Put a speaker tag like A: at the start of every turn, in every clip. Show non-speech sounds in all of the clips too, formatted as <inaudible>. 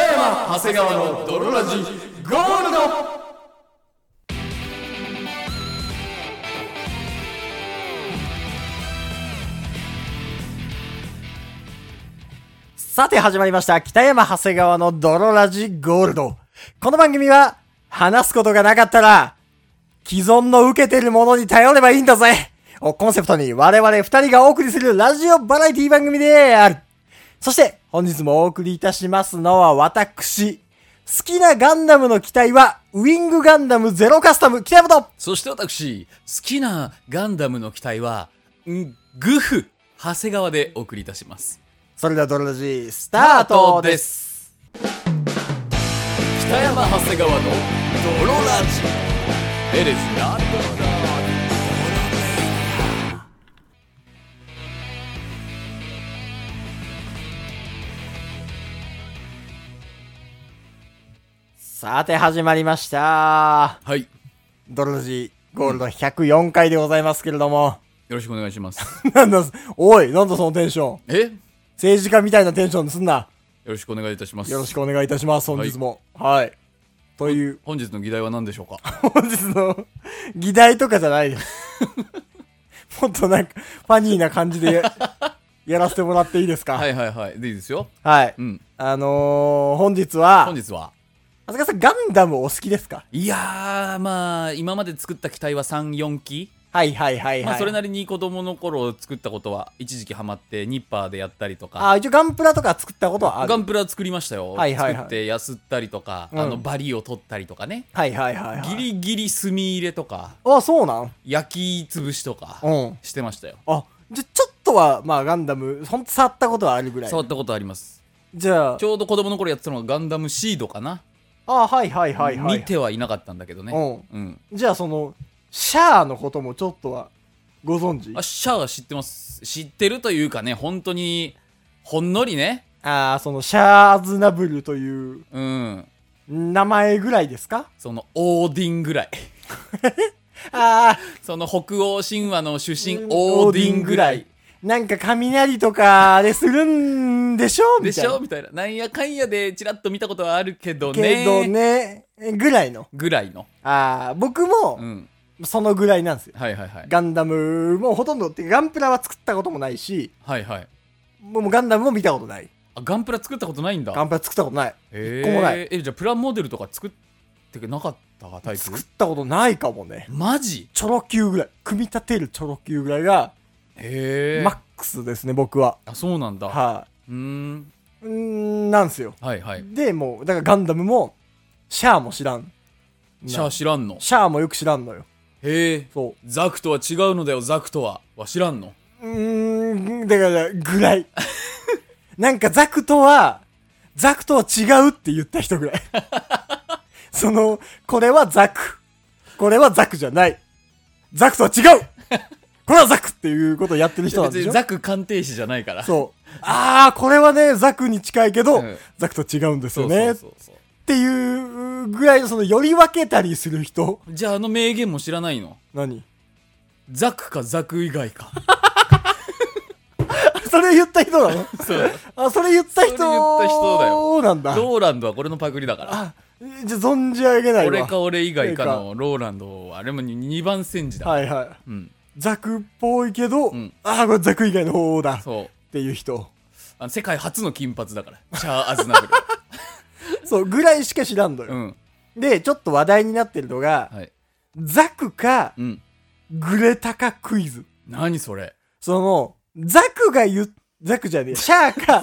A: 長谷川の泥ラジゴールド
B: さて始まりました、北山長谷川の泥ラジゴールド。この番組は、話すことがなかったら、既存の受けてるものに頼ればいいんだぜをコンセプトに我々二人がお送りするラジオバラエティ番組である。そして、本日もお送りいたしますのは私。好きなガンダムの機体は、ウィングガンダムゼロカスタム、北山と
A: そして私、好きなガンダムの機体は、んグフ、長谷川でお送りいたします。
B: それでは泥ラジ、スタートです
A: す北山長谷川の泥ラジ It is not
B: さて始まりました。
A: はいよ
B: ドロジーゴールド104回でございますけれども。
A: ろしくお願いします <laughs>
B: なんだ、おい、なんだそのテンション。
A: えよ
B: 政治家みたいなテンションにすんな。
A: ろしくお願いいたします
B: よろしくお願いいたします、本日も。はい。という、
A: 本日の議題は何でしょうか
B: 本日の議題とかじゃないです。もっとなんか、ファニーな感じでやや
A: <laughs>
B: らせてもらっていいですか。
A: <laughs> は
B: はい。
A: いはいはいでいいですようん
B: あのー、本日は、
A: 本日は
B: あずかさん、ガンダムお好きですか
A: いやーまあ今まで作った機体は34機
B: はいはいはいはい。
A: まあ、それなりに子供の頃作ったことは一時期ハマってニッパーでやったりとか
B: あ、一応ガンプラとか作ったことはある。
A: ガンプラ作りましたよ、
B: はいはいはい
A: 作ってやすったりとか、
B: うん
A: あのバリを取ったりとかね
B: はいはいはい、はい。
A: ギリギリ炭入れとか
B: あ、そうなん
A: 焼き潰しとか
B: うん。
A: してましたよ、
B: あじゃちょっとはまあガンダムほんと触ったことはあるぐらい
A: 触ったことあります
B: じゃあ
A: ちょうど子供の頃やってたのがガンダムシードかな、
B: あはいはいはいはい
A: 見てはいなかったんだけどね
B: う
A: うん
B: じゃあそのシャアのこともちょっとはご存知
A: あシャアは知ってます知ってるというかね本当にほんのりね
B: ああそのシャアズナブルという
A: うん
B: 名前ぐらいですか
A: そのオーディンぐらい <laughs>
B: ああ
A: その北欧神話の主神オーディンぐらい
B: なんか雷とかでするんでしょみ
A: で
B: た
A: し
B: いな
A: ょみたいななんやかんやでチラッと見たことはあるけどね
B: けどねぐらいの
A: ぐらいの
B: ああ僕
A: う
B: も
A: ん
B: そのぐらいなんですよ、
A: はいはいはい
B: ガンダムもほとんどってガンプラは作ったこともないし
A: はいはい
B: もうガンダムも見たことない
A: あガンプラ作ったことないんだ
B: ガンプラ作ったことない。
A: え
B: 一個もない
A: えじゃあプラモデルとか作ってなかったタイプ
B: 作ったことないかもね。
A: マジ
B: チョロ Q ぐらい。組み立てるチョロ Q ぐらいが、
A: へえ、
B: マックスですね、僕は。
A: あそうなんだ、
B: は
A: うーん
B: い、うーん、なんすよ。
A: はいはい
B: で、もう、だからガンダムも、シャアも知らん。
A: シャア
B: な
A: 知らんの
B: シャアもよく知らんのよ。
A: へえ
B: そ
A: ザクとは違うのだよザクとはは知らんの
B: う。うーん、だから、ぐ
A: <laughs>
B: らい。なんかザクとは、ザクとは違うって言った人ぐら
A: <laughs>
B: い。その、これはザク。これはザクじゃない。ザクとは違うこれはザクっていうことをやってる人なんで
A: 別
B: し
A: に
B: ょ
A: ザク鑑定士じゃないから
B: そう。あー、これはね、ザクに近いけど、
A: うん
B: ザクと違うんです
A: そ
B: よ
A: う
B: ね。
A: そうそうそう
B: っていうぐらいの、その、より分けたりする人。
A: じゃああの名言も知らないの
B: 何
A: ザクかザク以外か
B: <laughs> それ言った人
A: <laughs>
B: なの
A: そう
B: あ、 <laughs> それ言った人。
A: それ言った人だよ
B: なんだ。
A: ローランドはこれのパクリだから
B: あ、じゃあ存じ上げないわ。
A: 俺か俺以外か
B: 俺
A: のローランドはあれも2番煎じだ、
B: はいはい。
A: うん
B: ザクっぽいけど、
A: ん
B: あー、これザク以外の方だ。っ
A: そう
B: ていう人。
A: あの世界初の金髪だからシャア・アズナブル
B: そう、ぐらいしか知らんの
A: う
B: よ。
A: ん
B: で、ちょっと話題になってるのが、
A: はい
B: ザクか、
A: うん
B: グレタかクイズ。
A: 何それ
B: その、ザクが言っ、ザクじゃねえ、シャー
A: <laughs>
B: か、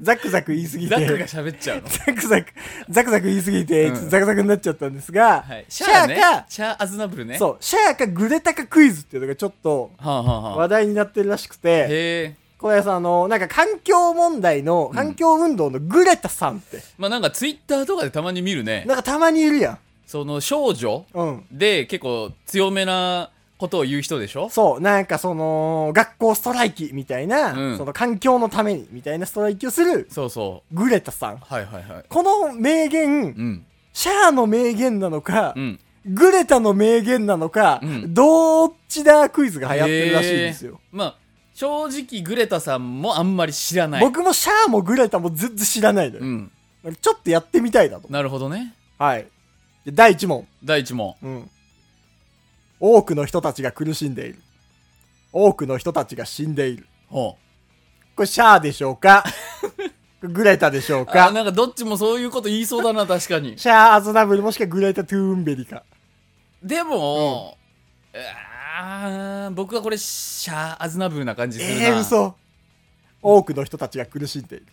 B: ザクザク言いすぎ
A: ザク
B: て、
A: が喋っちゃうの
B: ザクザク、ザクザク言いすぎて、
A: うん
B: ちょっとザクザクになっちゃったんですが、
A: はいシ
B: シ
A: ャ
B: ャ
A: ア
B: ー
A: ね
B: か、
A: シャア・アズナブルね
B: そう、シャーかグレタかクイズっていうのがちょっと
A: はあはあはあ
B: 話題になってるらしくて、
A: へえ
B: これさ、あの、なんか環境問題の、環境運動のグレタさんって、
A: まあなんかツイッターとかでたまに見るね
B: なんかたまにいるやん。
A: その少女
B: うん。
A: で結構強めなことを言う人でしょ
B: そう、なんかその、学校ストライキみたいな、
A: うん
B: その環境のためにみたいなストライキをする
A: そうそ
B: グレタさん
A: う。はいはいはい
B: この名言、
A: うん
B: シャアの名言なのか
A: う、ん
B: グレタの名言なのか、
A: うん
B: どっちだクイズが流行ってるらしいんですよ。
A: まあ正直グレタさんもあんまり知らない
B: 僕もシャアもグレタも全然知らないのよ。
A: うん
B: ちょっとやってみたいなと。
A: なるほどね。
B: はい。で第1問。
A: 第一問。
B: うん。多くの人たちが苦しんでいる。多くの人たちが死んでいる。
A: ほう。
B: これ、シャアでしょう
A: <laughs>
B: かグレタでしょう
A: あ
B: か
A: なんかどっちもそういうこと言いそうだな、確かに。
B: シャア・アズナブルもしくはグレタ・トゥーンベリか。
A: でも、あー僕はこれ、シャアアズナブルな感じするな。
B: えー、嘘。多くの人たちが苦しんでいる。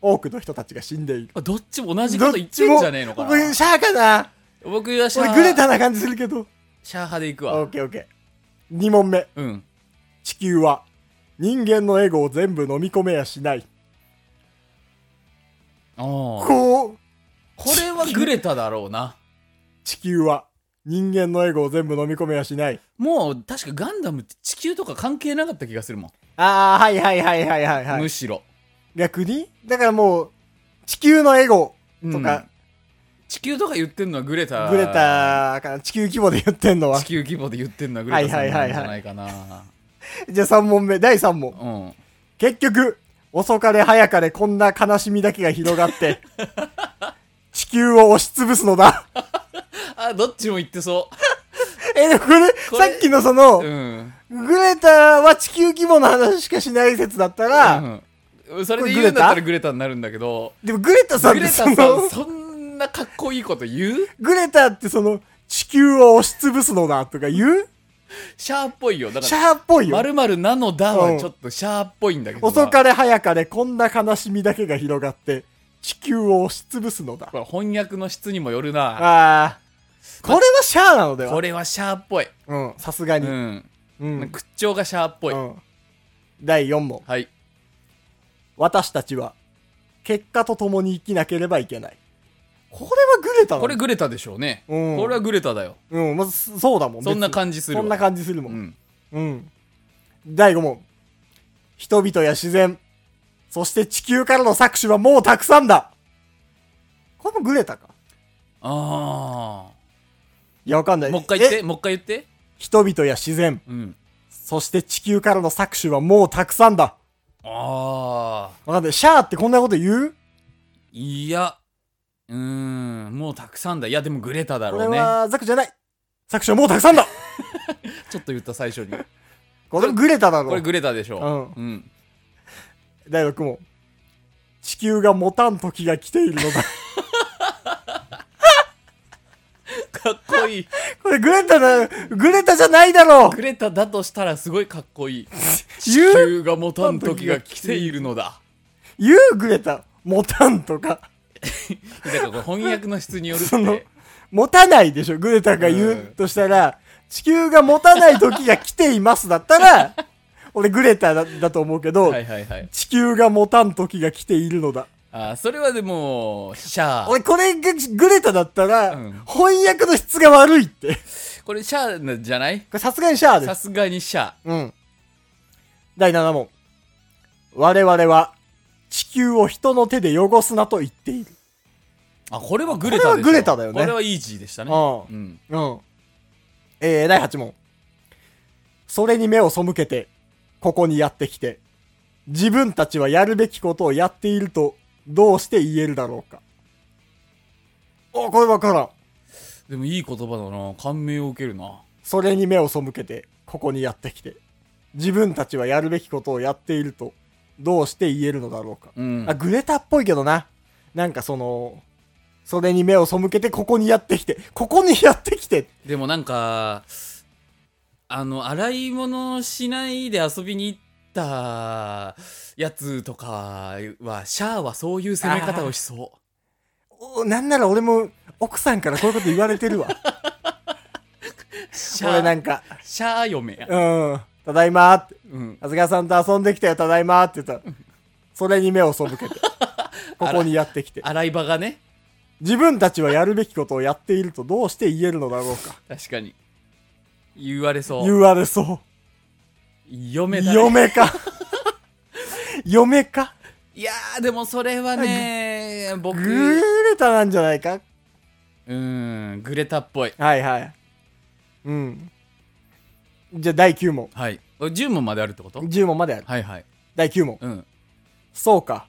B: 多くの人たちが死んでいる。
A: どっちも同じこと言ってんじゃねえのか
B: どっちも
A: な
B: 僕。シャアかな
A: 僕はシャ
B: 俺
A: ア、
B: グレタな感じするけど。
A: シャア派でいく
B: オ
A: わ
B: ッ。ケーオッケー。2問目。
A: うん。
B: 地球は人間のエゴを全部飲み込めやしない。
A: おー
B: こう、
A: これはグレタだろうな。
B: 地球は人間のエゴを全部飲み込めやしない。
A: もう、確かガンダムって地球とか関係なかった気がするもん。
B: ああ、はいはいはいはいはい、は
A: む
B: い。
A: しろ。
B: 逆にだからもう、地球のエゴとか、
A: 地球とか言ってんのはグレタ。
B: グレタかな、地球規模で言ってんのは
A: 地。球規模で言ってんのはグレタさんなんじゃないかな。
B: じゃあ3問目、第3問。
A: うん。
B: 結局、遅かれ早かれこんな悲しみだけが広が <laughs> って、地球を押しつぶすのだ。 <laughs>
A: あ、どっちも言ってそ
B: え、でもこれ、
A: こ
B: さ
A: れ
B: っきのその、
A: う。うん。
B: グレタは地球規模の話しかしない説だったら、
A: うん、それで言うんだったらグレタになるんだけど、
B: でもグレタさん
A: グ
B: っ
A: レ
B: て
A: タ
B: そ
A: さ
B: の
A: ん、そんなかっこいいこと言う
B: グレタってその、地球を押しつぶすのだとか言う
A: シャアっぽいよ。だか
B: シ
A: ら、
B: ャアっぽいよ
A: ま。るまるなのだは
B: うん
A: ちょっとシャアっぽいんだけどな。
B: 遅かれ早かれこんな悲しみだけが広がって、地球を押しつぶすのだ。
A: これ翻訳の質にもよるな。
B: あー。これはシャアなので
A: こ
B: は
A: れはシャアっぽい。
B: うん、さすが
A: う
B: に。
A: ん。
B: うん。
A: 口調がシャアっぽい。
B: うん第4問。
A: はい。
B: 私たちは、結果と共に生きなければいけない。これはグレタなの
A: これグレタでしょうね。
B: うん
A: これはグレタだよ。
B: うん、まず、そうだもん
A: そんな
B: 別に
A: 感じするわ
B: そんな感じするも。
A: うんん。
B: うん。第5問。人々や自然、そして地球からの搾取はもうたくさんだこれもグレタか
A: あ
B: いや、わかんな
A: あ。
B: い。
A: もう一回言っ
B: え
A: て、もう一回言って。
B: 人々や自然、
A: うん。
B: そして地球からの搾取はもうたくさんだ
A: ああ。
B: わかんない。シャーってこんなこと言う
A: いや。うーん。もうたくさんだ。いや、でもグレタだ
B: こ
A: ろ
B: れ
A: うね。
B: は、ザクじゃない搾取はもうたくさんだ
A: ちょっと言った最初に。
B: これもグレタだ
A: これ
B: ろ。
A: グレタでしょ。うん。
B: 第6問。地球が持たん時が来ているのだ。 <laughs>
A: かっこいい。
B: これグレタだ、グレタじゃないだろう
A: グレタだとしたらすごいかっこいい。地
B: 言う
A: 球が持たん時が来ているの
B: <laughs>
A: だ。
B: 言うグレタ。持たんとか。
A: だからこれ翻訳の質によるっ
B: その
A: て。
B: 持たないでしょグレタが言うとしたら、地球が持たない時が来ていますだった
A: <laughs>
B: ら俺グレタだだと思うけど、
A: はいはいはい。
B: 地球が持たん時が来ているのだ
A: あーそれはでも、シャア。
B: 俺これがグレタだったら、
A: うん
B: 翻訳の質が悪いってこ
A: これシャアなんじゃない
B: れさすがにシャアで
A: さ
B: す
A: すがにシャア。
B: うん第7問我々は地球を人の手で汚すなと言っている、
A: あ、これはグレタ
B: これ
A: でしょ
B: はグレタだよね
A: これはイージーでしたね。
B: う
A: うん。
B: んうんえー、第8問それに目を背けて、ここにやってきて、自分たちはやるべきことをやっていると、どうして言えるだろうか。お、これわからん。
A: でもいい言葉だな。感銘を受けるな。
B: それに目を背けて、ここにやってきて、自分たちはやるべきことをやっていると、どうして言えるのだろうか。
A: うん
B: あ、。グレタっぽいけどな。なんかその、それに目を背けて、ここにやってきて、ここにやってきて。
A: でもなんか、あの、洗い物しないで遊びに行ったやつとかは、シャアはそういう攻め方をしそう。
B: おなんなら俺も、奥さんからこういうこと言われてる
A: <laughs>
B: わ。
A: シャア
B: 俺なんか、
A: シャア嫁や。
B: うん、ただいまーって。
A: うん。
B: 長谷川さんと遊んできたよ、ただいまーって言ったら、それに目を背
A: <laughs>
B: けて、ここにやってきて。
A: 洗い場がね、
B: 自分たちはやるべきことをやっているとどうして言えるのだろうか。
A: 確かに。言われそう。
B: 言われそう。
A: 嫁だ、ね。
B: 嫁
A: <laughs>
B: か。嫁か。
A: いやー、でもそれはね、僕、
B: グレタなんじゃないか
A: うん、グレタっぽい。
B: はいはい。うん。じゃあ第9問。
A: はい。10問まであるってこと
B: 10問まである。
A: はいはい。
B: 第9問。
A: うん。
B: そうか。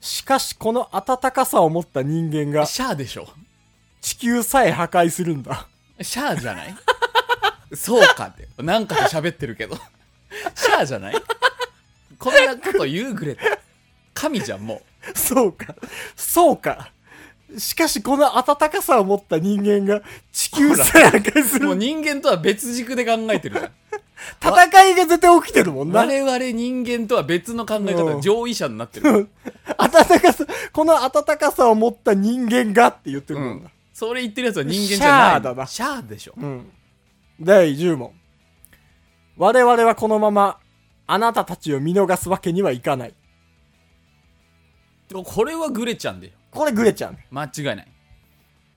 B: しかしこの温かさを持った人間が
A: シャアでしょ
B: 地球さえ破壊するんだ。
A: シャアじゃないそうかって。なんかと喋ってるけど。シャアじゃないこんなこと言うぐれて。神じゃん、も
B: そうか。そうか。しかしこの温かさを持った人間が地球さえ破壊す
A: う。もう
B: る。
A: 人間とは別軸で考えてるじゃん。
B: 戦いが絶対起きてるもんな。
A: 我々人間とは別の考え
B: う
A: 方、
B: ん
A: 上位者になってる。
B: 温かさ、この温かさを持った人間がって言ってる
A: う
B: もん
A: ん
B: だ。。
A: それ言ってるやつは人間じゃない。
B: シャアだな
A: シャアでしょ。
B: うん。第10問。我々はこのまま、あなたたちを見逃すわけにはいかない。
A: これはグレちゃんでよ。
B: これグレちゃん。
A: 間違いない。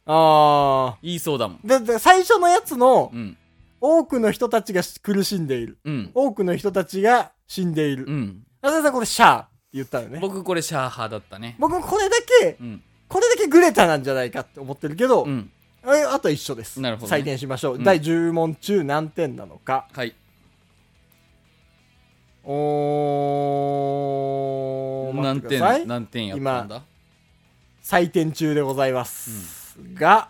B: あ
A: 言いそうだもん。
B: ー。で、で最初のやつの
A: う、ん。
B: 多くの人たちが苦しんでいる。
A: うん。
B: 多くの人たちが死んでいる。
A: うん。
B: なぜさんこれシャーって言ったよね。
A: 僕これシャア派だったね。
B: 僕もこれだけ、
A: うん。
B: これだけグレタなんじゃないかって思ってるけど、
A: うん。
B: えあとは一緒です。
A: なるほどね
B: 採点しましょう。
A: うん
B: 第10問中何点なのか。
A: はい。
B: おー、待っ
A: 何
B: てくださ
A: 点、
B: い。
A: 何点やったんだ
B: 採点中でございます。が、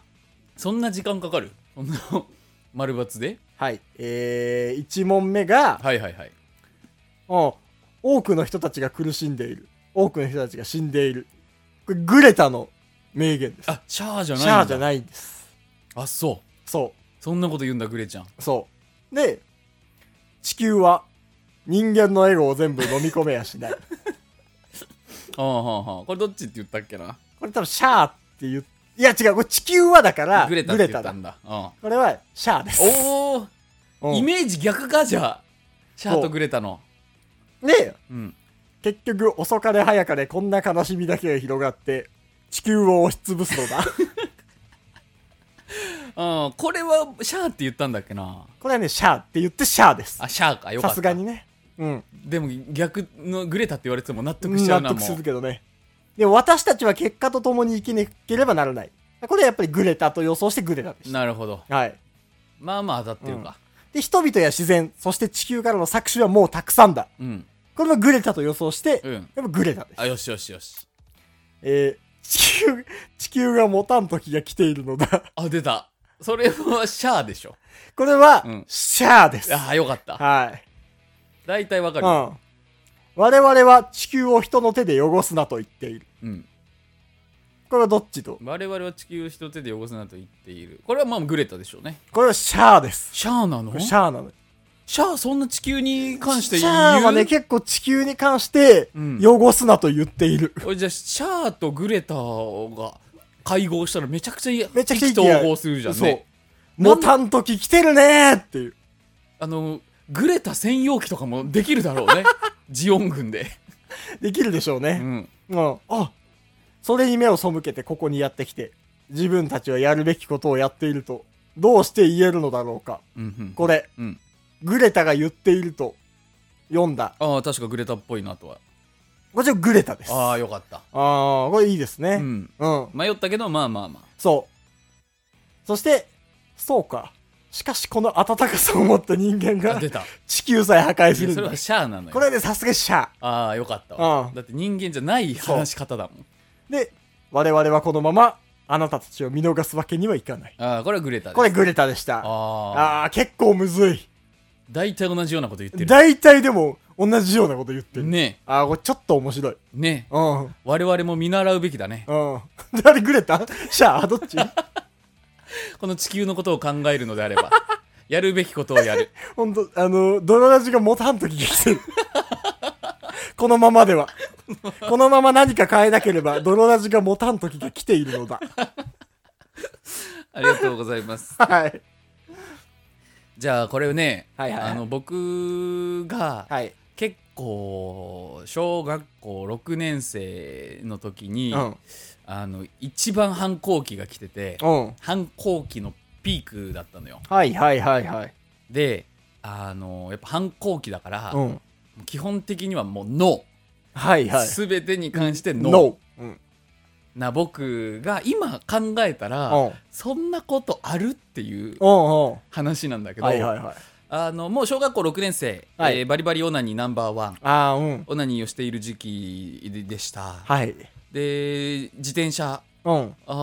A: そんな時間かかる <laughs> そんな丸抜で
B: はい。えー、1問目が、
A: はいはいはい。
B: うん多くの人たちが苦しんでいる。多くの人たちが死んでいる。これ、グレタの名言です。
A: あ、シャアじゃない
B: シャーじゃ
A: い。
B: ないんです。
A: あ、そ
B: そう。
A: う。そんなこと言うんだ、グレちゃん。
B: そう。で、地球は人間のエゴを全部飲み込めやし
A: <laughs>
B: ない。
A: ああ、はあ、はあ。これどっちって言ったっけな
B: これ多分シャーって言う。いや違う、これ地球はだから、
A: グレタって言ったんだ。うん
B: これはシャーです。
A: お
B: うん
A: おイメージ逆か、じゃあ。シャアとグレタの。
B: で、
A: うん。
B: 結局遅かれ早かれこんな悲しみだけが広がって、地球を押しつぶすの
A: <laughs>
B: だ。
A: うん、これはシャアって言ったんだっけな
B: これはね、シャーって言ってシャーです。
A: あ、シャアか。よか
B: さ
A: った。
B: すがにね。うん。
A: でも逆のグレタって言われても納得しちゃう
B: 納
A: な、
B: 得
A: も
B: する
A: う。
B: けどね。でも私たちは結果と共に生きなければならない。これはやっぱりグレタと予想してグレタでし
A: なるほど。
B: た。はい。
A: まあまあ当たってるか。
B: で、人々や自然、そして地球からの搾取はもうたくさんだ。
A: うん。
B: これもグレタと予想して、
A: うん。
B: やっぱグレタです。
A: あ、よしよしよし。
B: えー、地球、地球が持たん時が来ているのだ。 <laughs>
A: あ、出た。それはシャアでしょ。
B: これは、
A: うん
B: シャーです。
A: あ
B: は
A: あ、よかった。
B: い。
A: 大体わか
B: うん。
A: る。
B: 我々は地球を人の手で汚すなと言っている。
A: うん。
B: これはどっちと
A: 我々は地球を一手で汚すなと言っている。これはまあグレタでしょうね。
B: これはシャーです。
A: シャアなの
B: これ
A: シ
B: シ
A: ャ
B: ャーなのよ。
A: アそんな地球に関して
B: シ
A: 言う
B: ャーはね、結構地球に関して
A: うん、
B: 汚すなと言っている。
A: 俺じゃあシャアとグレタが会合したらめちゃくちゃ
B: めちゃくちゃ意
A: 意
B: 見合う
A: 気投合するじゃんね。
B: 持たん時来てるねーっていう。
A: あの、グレタ専用機とかもできるだろう
B: <laughs>
A: ね。ジオン軍で。
B: できるでしょうね。
A: うん。
B: うん、あそれに目を背けてここにやってきて自分たちはやるべきことをやっているとどうして言えるのだろうか
A: うんうん。
B: これ
A: うん。
B: グレタが言っていると読んだ
A: ああ、確かグレタっぽいなとは。
B: こちらグレタです
A: あ
B: あ
A: あ、よかった。
B: あーこれいいですね
A: う
B: うん、
A: ん。迷ったけど、まあまあまあ。
B: そうそしてそうかしかしこの温かさを持った人間
A: あ
B: が
A: 出た。
B: 地球さえ破 <laughs> 壊す
A: い
B: る
A: や
B: ん
A: それ
B: だ
A: はシャアなのよ。
B: これでさすがシャア
A: ああ、よかったわ。
B: うん
A: だって人間じゃない話し方だもん。
B: で我々はこのままあなたたちを見逃すわけにはいかない
A: ああ、これはグレタです。
B: これグレタでした
A: ああ。
B: ああー結構むずい
A: 大体同じようなこと言ってる。
B: 大体でも同じようなこと言ってる。
A: ね
B: ああ、これちょっと面白い。
A: え、ねえ。
B: うん。 <laughs> うん。
A: 我々も見習うべきだね。
B: 誰グレタシャアどっち
A: この地球のことを考えるのであ
B: <laughs>
A: れば。やるべきことをやる。
B: ほんと、あの、ドロラジが持たんときが来てる。 <laughs> このままでは。このまま何か変えなければ、ドロラジが持たんときが来ているのだ。
A: ありがとうございます。
B: はい。
A: じゃあ、これをね、
B: はいはいはい
A: あの、僕が、
B: はい。
A: 結構、小学校6年生の時に、
B: うん。
A: あの、一番反抗期が来てて、
B: うん。
A: 反抗期のピークだったのよ。
B: はいはいはいはい。
A: であのやっぱ反抗期だから、
B: うん。
A: 基本的にはもうノ
B: はい
A: ー、
B: はい。
A: 全てに関してノー、
B: ノー。うん。
A: な僕が今考えたら、
B: うん。
A: そんなことあるっていう
B: うん。
A: 話なんだけど、
B: はいはいはい。
A: あのもう小学校6年生、
B: はい
A: えーバリバリオナニーナンバーワン
B: ああ、うん。
A: オナニーをしている時期ででした、
B: はい。
A: で自転車
B: うん。
A: あ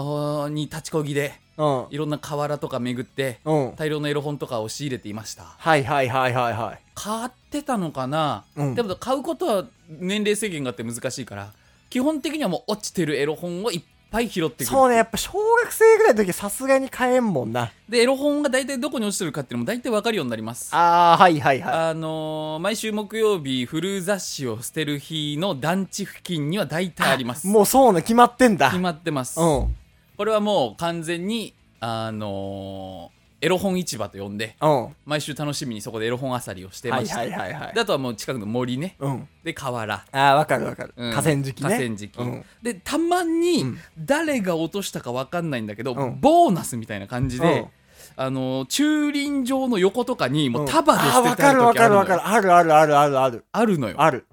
A: ーに立ちこぎで
B: うん。
A: いろんな河原とか巡って
B: うん。
A: 大量のエロ本とかを仕入れていました
B: はいはいはいはいはい。
A: 買ってたのかな、
B: うん
A: でも買うことは年齢制限があって難しいから基本的にはもう落ちてるエロ本をいっぱい拾ってくる
B: そうね、やっぱ小学生ぐらいの時はさすがに買えんもんな。
A: でエロ本が大体どこに落ちてるかっていうのも大体わかるようになります
B: ああ、はいはいはい。
A: あのー毎週木曜日古雑誌を捨てる日の団地付近には大体あります
B: もうそうね、決まってんだ。
A: 決まってます、
B: うん。
A: これはもう完全にあのーエロ本市場と呼んで
B: うん。
A: 毎週楽しみにそこでエロ本あさりをして
B: は
A: ま
B: い
A: した、
B: はいはいはい。
A: であとはもう近くの森ね
B: うん。
A: で河原、
B: ああ、わかるわかる。
A: うん
B: 河川敷ね。
A: 河川敷、
B: うん。
A: でたまに
B: うん
A: 誰が落としたか分かんないんだけど、
B: うん
A: ボーナスみたいな感じで、
B: うん
A: あのー駐輪場の横とかにもう束で
B: ああ、
A: 捨
B: わ
A: てて
B: か
A: ある
B: るわ
A: 時
B: かる
A: あるの
B: わ
A: よ
B: かる。あるあるあるあるある。
A: あるのよ
B: ある。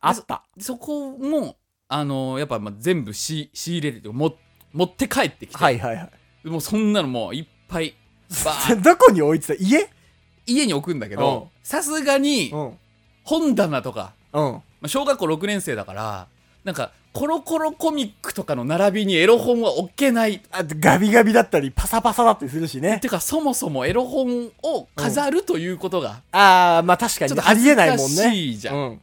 B: あった。
A: そこも、あのーやっぱまあ全部し仕入れてても持って帰ってきて、
B: はいはい <laughs> はい。
A: もうそんなのもういっ
B: <laughs>
A: ぱいバーッ
B: どこに置いてた家
A: 家に置くんだけ
B: うん
A: どさすがに
B: ん。
A: 本棚とか、
B: うん。
A: まあ、小学校6年生だからなんかコロコロコミックとかの並びにエロ本は置けない
B: あとガビガビだったり、パサパサだったりするしね。
A: てかそもそもエロ本を飾るということが
B: ああ、まあ確か
A: ちょ
B: に
A: っと
B: あ
A: 恥
B: りえ
A: ず
B: ない
A: か
B: もんね。
A: しいじゃん、
B: うん。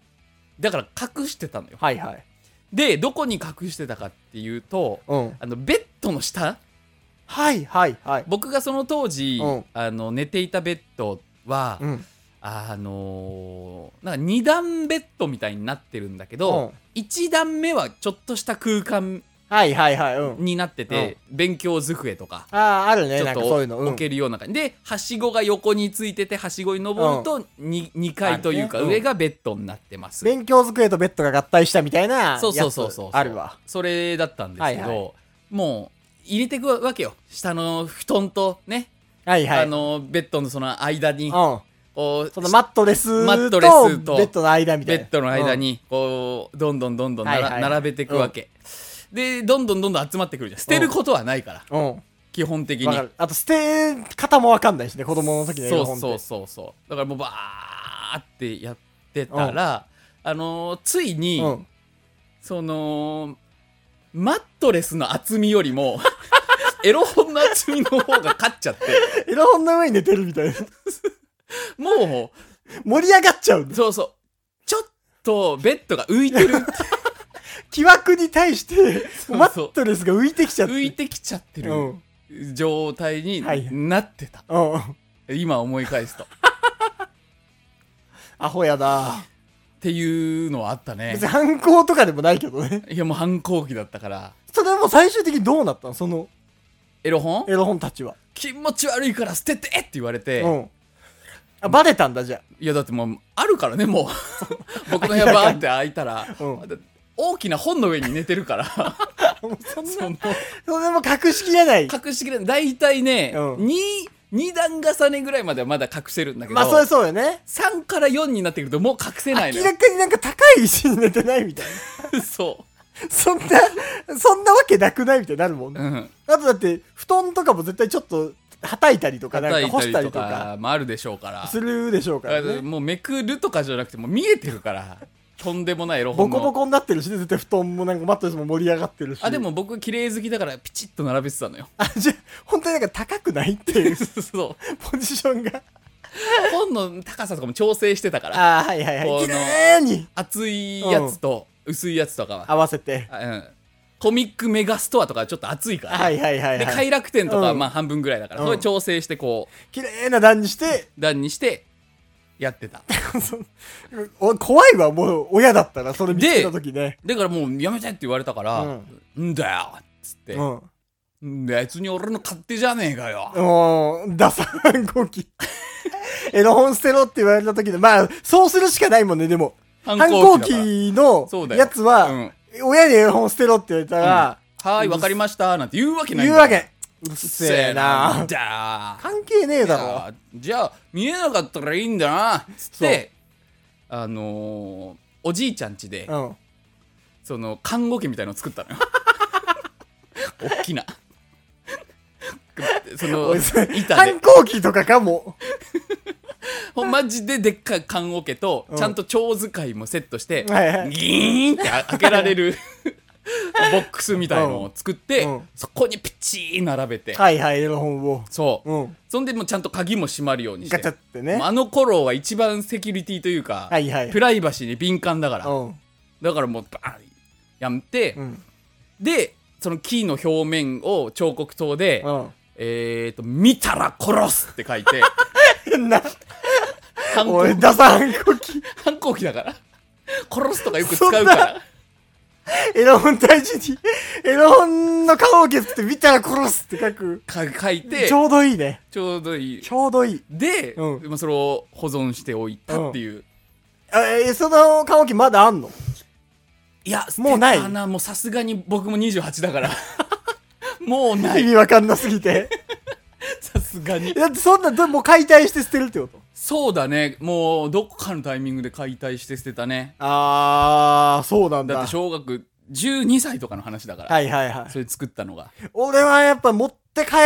A: だから隠してたのよ
B: はいはい。
A: でどこに隠してたかっていうと
B: うん。
A: あのベッドの下
B: はいはいはい。
A: 僕がその当時、
B: うん
A: あの寝ていたベッドは、
B: うん。
A: あのーなんか2段ベッドみたいになってるんだけ
B: うん
A: ど、一1段目はちょっとした空間
B: はいはいはい。うん。
A: になってて、勉強机とか。
B: ああ、あるね。
A: ちょ
B: な
A: っ
B: んか
A: と
B: そういうの。う
A: 置
B: ん。
A: けるような感じではしごが横についててはしごに登ると 2, 二階というか
B: あるねうん
A: 上がベッドになってます、
B: 勉強机とベッドが合体したみたいな。
A: そうそうそうそう
B: やつあるわ。
A: それだったんですけど、
B: はいは
A: もう入れていくわけよ下の布団とね、
B: はいはい。
A: あのベッドのその間に
B: うん。
A: こう
B: そのマットレスと
A: マットレスと
B: ベッドの間みた
A: ベ
B: いな。
A: ッドの間にこうどんどんどんどんなら、
B: はいはいはい
A: 並べていくわけ、でどんどんどんどん集まってくるじゃん捨てることはないから、
B: うん。うん。
A: 基本的に
B: わかる。あと、捨て方もわかんないしね、子供の時の絵
A: そ
B: の
A: う
B: 本って。
A: そうそうそうだからもうバーってやってたら、あのーついに、
B: うん。
A: そのマットレスの厚みよりも <laughs> エロ本の厚みの方が勝っちゃって
B: いろんな上に寝てるみたいな。
A: も
B: 盛り上がっちゃうん
A: う
B: だ。
A: そうそうちょっとベッドが浮
B: <laughs>
A: いてる
B: 木枠に対して、
A: う
B: マットレスが浮いてきちゃって。
A: 浮いてきちゃって
B: う
A: る
B: ん。
A: 状態に
B: はい
A: なってた、
B: うん。
A: 今思い返すとっ
B: アホやな
A: ていうのはあったね
B: 別に犯行とかでもないけどね。
A: いやもう反抗期だったから
B: それはもう最終的にどうなったのその
A: エロ本
B: エロ本たちは。
A: 気持ち悪いから捨ててって言われて、
B: うん。あ、バレたんだ、じゃ
A: いやだってもうあるからねも
B: <laughs>
A: う僕の部屋バーって開いたら、
B: うん
A: だって大きな本の上に寝てるから
B: あ。 <laughs> もうそんな
A: その
B: それも隠しきれない。
A: 隠しきれない大体ね、
B: うん
A: 二二段重ねぐらいまではまだ隠せるんだけど、
B: まあ、それそうよね。
A: 3から4になってくるともう隠せないの
B: 明
A: よ
B: らかになんか高い位置に寝てないみたい
A: <laughs> そ
B: な。そんな、そんなわけなくないみた <laughs> いになるもん
A: う、
B: ね。
A: うん、
B: あとだって、布団とかも絶対ちょっと、はたいたりとか、なんか
A: 叩い
B: 干
A: た
B: し
A: り
B: たり
A: と
B: とか、
A: かもあるでしょうから
B: するでしょうからね。
A: もうめくるとかじゃなくてもう見えてるからとんでもないエロ
B: ボ
A: 本の
B: コボコになってるしね、絶対布団もなんかマットレスも盛り上がってるし。
A: あで。も僕綺麗好きだからピチッと並べてたのよ <laughs>
B: あ、じゃあ本当になんか高くないって <laughs> いう
A: そう
B: ポジションが。
A: 本の高さとかも調整してたから
B: ああ、はいはい
A: こ
B: は
A: の
B: い。綺麗に
A: 厚いやつと薄いやつとかは、
B: 合わせて。
A: あうん、コミックメガストアとかはちょっと厚いから、
B: はいはいはい
A: で
B: は
A: 快
B: い。
A: 楽天とかはまあ
B: う
A: 半分ぐらいだから、
B: うん
A: それ調整してこ
B: 綺麗な段にして、
A: う段にしてやってた
B: そお怖いわ、もう親だったら、それ見つけた時ね。
A: だからもうやめてって言われたから
B: う
A: 「んだよ」っつって、
B: うん。
A: 別に俺の勝手じゃねえかよ、
B: もう、打算反抗
A: <laughs>
B: 期。エロ本捨てろって言われた時で、まあ、そうするしかないもんね、でも。反抗
A: だから
B: 期の
A: そうだよ
B: やつは、
A: うん
B: 親にエロ本捨てろって言われたら、
A: はーいわかりました」なんて言うわけない
B: 言
A: ん
B: う
A: だ
B: わ
A: よ
B: け。うっせえな
A: うっせえん。だ
B: 関係ねえだろ。
A: あじゃあ見えなかったらいいんだなつってあのーおじいちゃん家で、
B: うん。
A: その看護家みたいのを作ったの
B: <laughs>
A: よ大きなその
B: おいそれ
A: 板で
B: 反抗期とかかも。
A: ほんマジででっかい棺桶と、
B: うん
A: ちゃんと蝶使いもセットして、
B: はいはい
A: ギーンって開けら
B: <laughs>
A: れるボックスみたいのを作って、
B: うん
A: そこにピチー並べて、
B: はいはい、エロ本を。
A: そう、
B: うん。
A: そんでもうちゃんと鍵も閉まるようにして
B: ガチャってね
A: もう。あの頃は一番セキュリティというか、
B: はいはい
A: プライバシーに敏感だから、
B: うん。
A: だからもうバーンやめて、
B: うん。
A: でその木の表面を彫刻刀で、
B: う
A: えーと「見たら殺す」って書いて
B: ん。な、
A: 反抗
B: 俺、ダサんこき、
A: 反抗期だから殺すとかよく使うから
B: エロ本大事に、エロ本の顔を削って見たら殺すって書く。
A: か <laughs> 書いて
B: ちょうどいいね。
A: ちょうどいい
B: ちょうどいい。
A: で、
B: う
A: まあそれを保存しておいたっていう、
B: あえ、その顔置きまだあんの
A: いや
B: もうない
A: 捨てたなもうさすがに僕も28だから <laughs> もうな
B: 意
A: い
B: 味わかんなすぎ
A: <laughs>
B: て。
A: さすがに
B: だってそんな、どもう解体して捨てるってこと
A: そうだねもうどっかのタイミングで解体して捨てたね
B: あー、そうなん
A: だって小学12歳とかの話だから、
B: はいはいはい。
A: それ作ったのが
B: 俺はやっぱ持って帰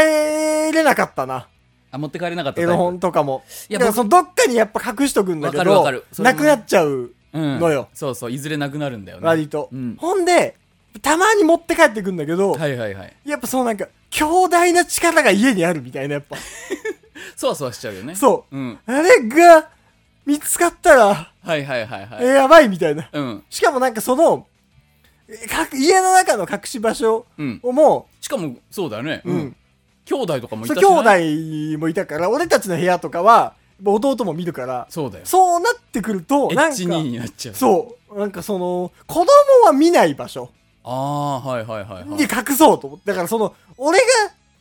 B: れなかったな。
A: あ持って帰れなかった
B: エ
A: タイ
B: ロ
A: プ
B: 本とかも。
A: いや
B: だから
A: 僕
B: そのどっかにやっぱ隠しとくんだけど、
A: わかるわかるそれ
B: な
A: も
B: くなっちゃう、
A: うん
B: のよ
A: そうそういずれなくなるんだよね
B: 割と。
A: うん
B: ほんで、たまに持って帰ってくんだけど、
A: はいはいはい
B: やっぱそのなんか、強大な力が家にあるみたいな、やっぱ。
A: そわそわしちゃうよね、
B: そう
A: うん、
B: あれが、見つかったら、
A: はいはいはいは
B: えー
A: い
B: やばいみたいな。
A: うん
B: しかもなんかその、えーかく家の中の隠し場所
A: うん
B: をも
A: しかもそうだよね、
B: う、うん。
A: 兄弟とかもい
B: そ
A: た
B: う
A: しね
B: 兄弟もいたから、俺たちの部屋とかは、弟も見るから、
A: そうだよ
B: そうなってくると、
A: エ
B: な
A: ッ
B: んか
A: チ、になっちゃう
B: そう、なんかその、子供は見ない場所
A: ああーはいはいはいは
B: に
A: い
B: 隠そうと思って、だからその、俺が、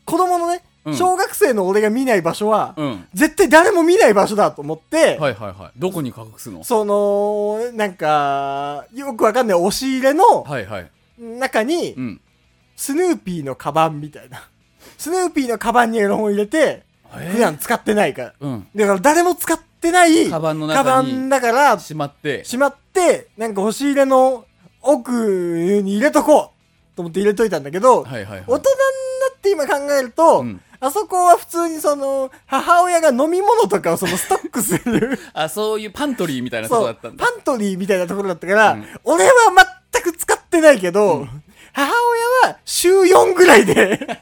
B: 子供のね、
A: うん
B: 小学生の俺が見ない場所は、
A: うん
B: 絶対誰も見ない場所だと思って、
A: はいはいはいどこに隠すの
B: その、なんか、よくわかんない押し入れの
A: はいはい
B: 中に
A: う、ん
B: スヌーピーのカバンみたいな。スヌーピーのカバンにエロ本を入れて、
A: えー
B: 普段使ってないから。
A: うん
B: だから誰も使ってない
A: カバンの
B: カ
A: 中
B: バ
A: に
B: ンだから、し
A: しまって
B: まって、なんか押し入れの奥に入れとこうと思って入れといたんだけど、
A: はいはいはい
B: 大人になって今考えると、
A: うん
B: あそこは普通にその、母親が飲み物とかをそのストックする、
A: あそういうパントリーみたいなとこ
B: そ
A: だっ
B: う、パ
A: た
B: ン
A: んだ
B: トリーみたいなところだったから、
A: うん
B: 俺は全く使ってないけど、母親は週4ぐらい
A: <laughs>
B: で、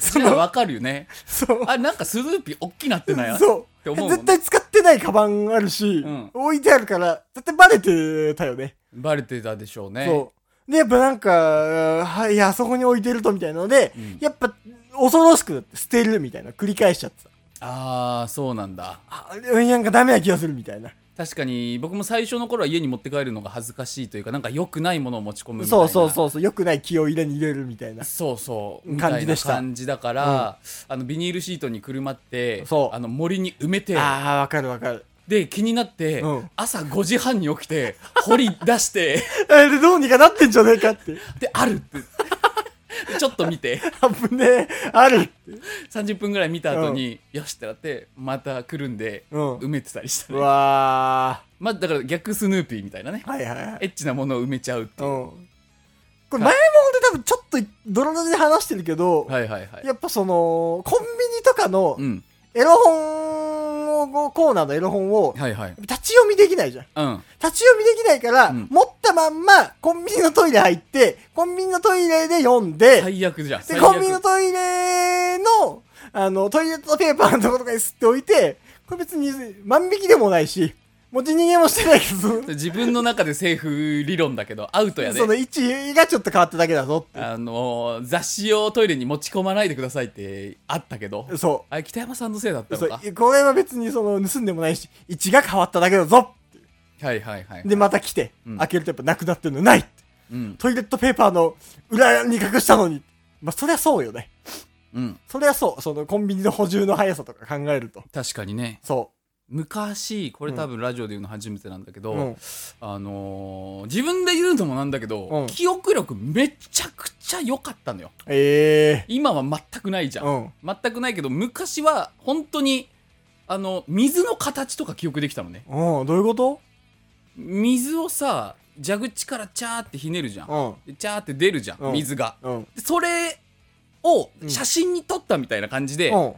B: そ
A: それは
B: の、
A: わかるよね
B: そう。
A: あなんかスヌーピーおっきなってな
B: <laughs>
A: い
B: そう
A: って思うもんね
B: 絶対使ってないカバンあるし、
A: うん
B: 置いてあるから、絶対バレてたよね。
A: バレてたでしょうね
B: そう。で、やっぱなんか、はい、いや、あそこに置いてるとみたいなので、
A: うん
B: やっぱ、恐ろしくなって捨てるみたいな、繰り返しちゃってた。
A: ああそうなんだ
B: あ、なんかダメな気がするみたいな。
A: 確かに僕も最初の頃は家に持って帰るのが恥ずかしいというかなんか良くないものを持ち込むみたい
B: そ
A: な
B: うそうそうそう、良くない気を入れに入れるみたいな。
A: そうそうみ
B: 感
A: た
B: じ
A: い
B: で
A: な
B: した
A: 感じだから、あのビニールシートにくるまって
B: そう
A: あの森に埋めて
B: ああ、わかるわかる。
A: で気になって、
B: うん
A: 朝5時半に起きて掘り出して <laughs>
B: あれでどうにかなってんじゃねえかって。
A: であるってでちょっと見て
B: 危ねえ、あるって。
A: 30分ぐらい見た後に、よしってなってまた来るんで、
B: うん
A: 埋めてたりした
B: う
A: ね
B: わ
A: まあだから逆スヌーピーみたいなね
B: ー。はいはいはい。
A: エッチなものを埋めちゃうって
B: う。
A: いうん
B: これ前も俺多分ちょっと泥の字で話してるけど、
A: はいはいはい
B: やっぱその、コンビニとかの
A: うん
B: エロ本を、コーナーのエロ本を、
A: はいはい
B: 立ち読みできないじゃん。
A: うん
B: 立ち読みできないから、
A: うん
B: 持ったまんまコンビニのトイレ入って、コンビニのトイレで読んで、
A: 最悪じゃん
B: で、
A: 最悪
B: コンビニのトイレの、あの、トイレットペーパーのとことかに吸っておいて、これ別に万引きでもないし、持ち逃げもしてないけど、
A: 自分の中でセーフ理論だけどアウトやで
B: その位置がちょっと変わっただけだぞっ
A: あのー雑誌をトイレに持ち込まないでくださいってあったけど
B: て。そ
A: あれ北山さんのせいだった
B: う。そ
A: の
B: う
A: か。
B: これは別にその、盗んでもないし、位置が変わっただけだぞ
A: はいはいはい、
B: で、また来て、
A: うん
B: 開けるとやっぱなくなってるのないって
A: うん
B: トイレットペーパーの裏に隠したのに。まあ、そりゃそうよね。
A: うん、
B: そりゃそう。そのコンビニの補充の速さとか考えると。
A: 確かにね
B: そ
A: 昔これ多分ラジオで言うの初めてなんだけ
B: う。
A: ど、
B: うん。
A: あのー自分で言うのもなんだけど、
B: うん
A: 記憶力めちゃくちゃ良かったのよ
B: ええ
A: 今は全くないじゃん、
B: うん。
A: 全くないけど昔は本当にあの水の形とか記憶できたのね
B: うん、どういうこと
A: 水をさ蛇口からチャーってひねるじゃん、
B: う
A: でチャーって出るじゃん、
B: うん
A: 水が
B: ん。うん。
A: でそれを写真に撮ったみたいな感じで
B: うん。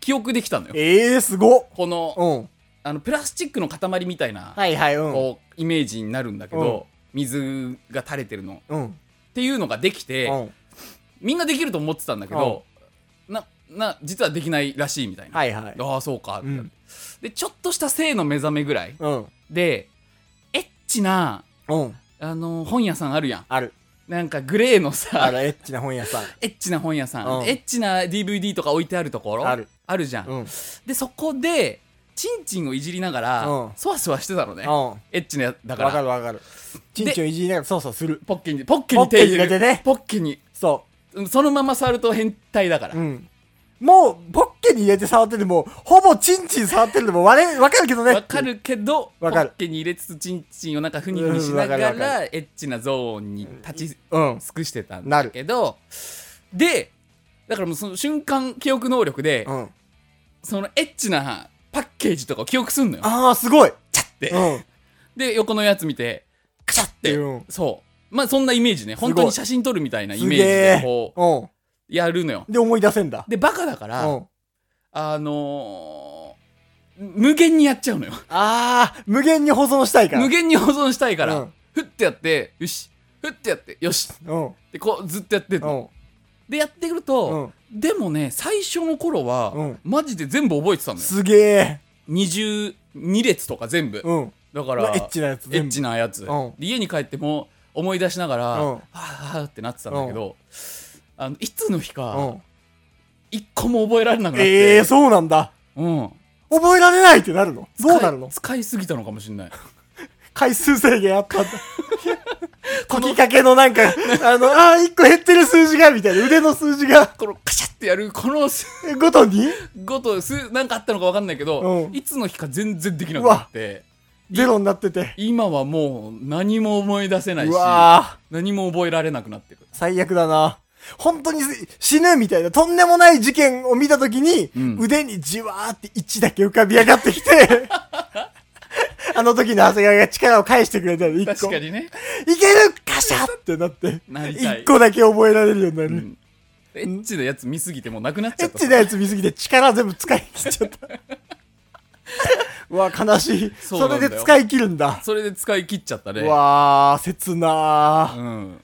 A: 記憶できたのよ、
B: ええすごっ
A: この
B: うん。
A: あのプラスチックの塊みたいな、
B: はいはい、うん。
A: こうイメージになるんだけど、水が垂れてるの
B: うん。
A: っていうのができて、
B: うん。
A: みんなできると思ってたんだけど、なな実はできないらしいみたいな、
B: はいはい。
A: ああそうか、
B: うん
A: でちょっとした性の目覚めぐらい
B: うん。
A: でエッチな
B: うん。
A: あの本屋さんあるやん
B: あ
A: <laughs>
B: る。
A: なんかグレーの
B: あ
A: さ
B: る、エッチな本屋
A: <laughs>
B: さん。
A: エッチな本屋さん、
B: うん
A: エッチな DVD とか置いてあるところ
B: ある
A: じゃん、
B: うん。うん。
A: でそこでチンチンをいじりながら、
B: うん
A: そわそわしてたのね、
B: わ
A: エッチなやだか
B: からるわかる。ちんちんいじりながら操作する。
A: ポッケにポッケに手入れ
B: ポ
A: る
B: ッケに入れてね
A: ポッケに
B: そ
A: うんそのまま触ると変態だから、
B: う。うん。もう、ポッケに入れて触ってるのも、ほぼちんちん触ってるのも、われ、わかるけどね。
A: わか。るけど
B: わかる
A: ポッケに入れつつチンチンをなんかふにふにしなが
B: うんわかるわ
A: らエッチなゾーンに立ち尽
B: うん。
A: くしてたんだけどでだからもうその瞬間記憶能力で、
B: うん。
A: そのエッチなパッケージとかを記憶すんのよ
B: ああ、すごい。
A: チャッて、
B: うん。
A: で横のやつ見てカチャって、
B: うん
A: そうまあそんなイメージね本当に写真撮るみたいなイ
B: す
A: メー
B: げ
A: ジで
B: え。
A: こ
B: う
A: うやるのよ
B: ん。で、思い出せんだ。
A: でバカだか
B: う
A: ら、
B: ん。
A: あのー無限にやっちゃうのよ
B: ああ、無限に保存したいから。
A: 無限に保存したいから、
B: うん
A: ふってやってよしふってやってよし
B: うん。
A: でこうずっとやってん
B: う
A: の
B: ん。
A: でやってくる
B: う
A: と、
B: ん。
A: でもね最初の頃は、
B: うん
A: マジで全部覚えてたのよ
B: すげえ。
A: 22列とか全部、
B: うん。
A: だか
B: エ
A: ら
B: ッチなやつ
A: エ
B: 全部。
A: ッチなやつ、
B: ん
A: で家に帰っても思い出しながら、
B: うん
A: はあはあってなってたんだけど、あのいつの日
B: う
A: か
B: ん。
A: 一個も覚えられなくなって、
B: ええー、そうなんだ。
A: うん、
B: 覚えられないってなるのどうなるの
A: 使い使いすぎたのかもしれない
B: 回数制限あったん
A: <laughs>
B: だ。こきかけのなんか、あの、ああ、一個減ってる数字が、みたいな、腕の数字が、
A: このカシャってやるこのす
B: ごとに、
A: ごとすなんかあったのか分かんないけど、
B: うん
A: いつの日か全然できなくなって
B: ゼロになってて。
A: 今はもう何も思い出せないうし
B: わぁ、
A: 何も覚えられなくなってる
B: 最悪だな。本当に死ぬみたいな、とんでもない事件を見たときに、
A: うん
B: 腕にじわーって1だけ浮かび上がってき
A: <laughs>
B: て、あの時の長谷川が力を返してくれたの、一個。
A: 確かにね、
B: いけるカシャってなって、
A: なりたい
B: 一個だけ覚えられるようになる。
A: うんエッチなやつ見すぎてもうなくなっち
B: エ
A: ゃっ
B: ッ
A: た
B: チなやつ見すぎて力全部使い切っちゃ
A: <laughs>
B: った。うわ、悲しい。そ
A: そ
B: う
A: なんだよ
B: れで使い切るんだ。
A: それで使い切っちゃったね
B: うわー、切なー、
A: うん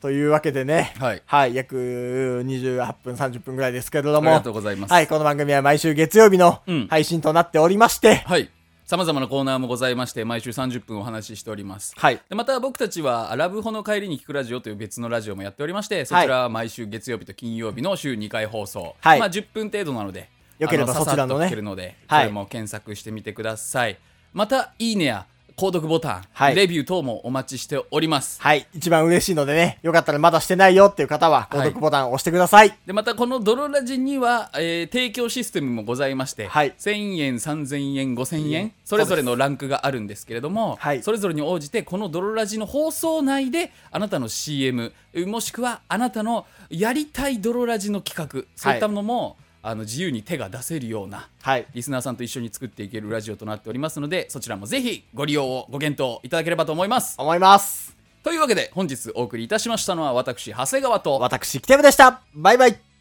B: というわけでね、
A: はい
B: はい、約28分、30分ぐらいですけれど
A: あり
B: も
A: が、とうございます
B: はい、この番組は毎週月曜日の
A: うん
B: 配信となっておりまして、
A: はい。さまざまなコーナーもございまして、毎週30分お話ししております。
B: はい、
A: でまた僕たちは、ラブホの帰りに聞くラジオという別のラジオもやっておりまして、そちらは毎週月曜日と金曜日の週2回放送。
B: はい
A: まあ10分程度なので、
B: よければ
A: あの
B: そちらのね
A: ささっと聞けるので、
B: はい
A: それも検索してみてください。また、いいねや、購読ボタン、
B: はい
A: レビュー等もお待ちしております。
B: はい、一番嬉しいのでね、よかったらまだしてないよっていう方は、
A: はい
B: 購読ボタンを押してください。
A: でまたこのドロラジには、えー提供システムもございまして、
B: はい
A: 1000円3000円5000
B: う
A: 円
B: ん
A: それぞれのランクがあるんですけれども
B: はい
A: それぞれに応じてこのドロラジの放送内であなたの CM もしくはあなたのやりたいドロラジの企画そういったものも、あの自由に手が出せるような
B: はい、
A: リスナーさんと一緒に作っていけるラジオとなっておりますのでそちらもぜひご利用をご検討いただければと思います
B: 思います。
A: というわけで本日お送りいたしましたのは私長谷川と
B: 私、キテムでした。バイバイ。